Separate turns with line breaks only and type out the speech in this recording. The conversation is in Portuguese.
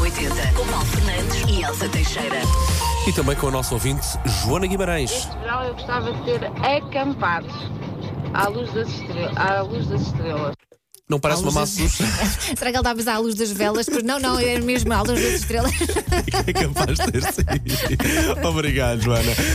80, com Paulo Fernandes e Elsa Teixeira.
E também com a nossa ouvinte, Joana Guimarães.
Este verão eu gostava de ter acampado à luz das, estre- à luz das estrelas.
Não parece uma má sugestão?
Será que ele estava à luz das velas? Pois não, não, é mesmo à luz das estrelas.
É capaz de ter sido. Obrigado, Joana.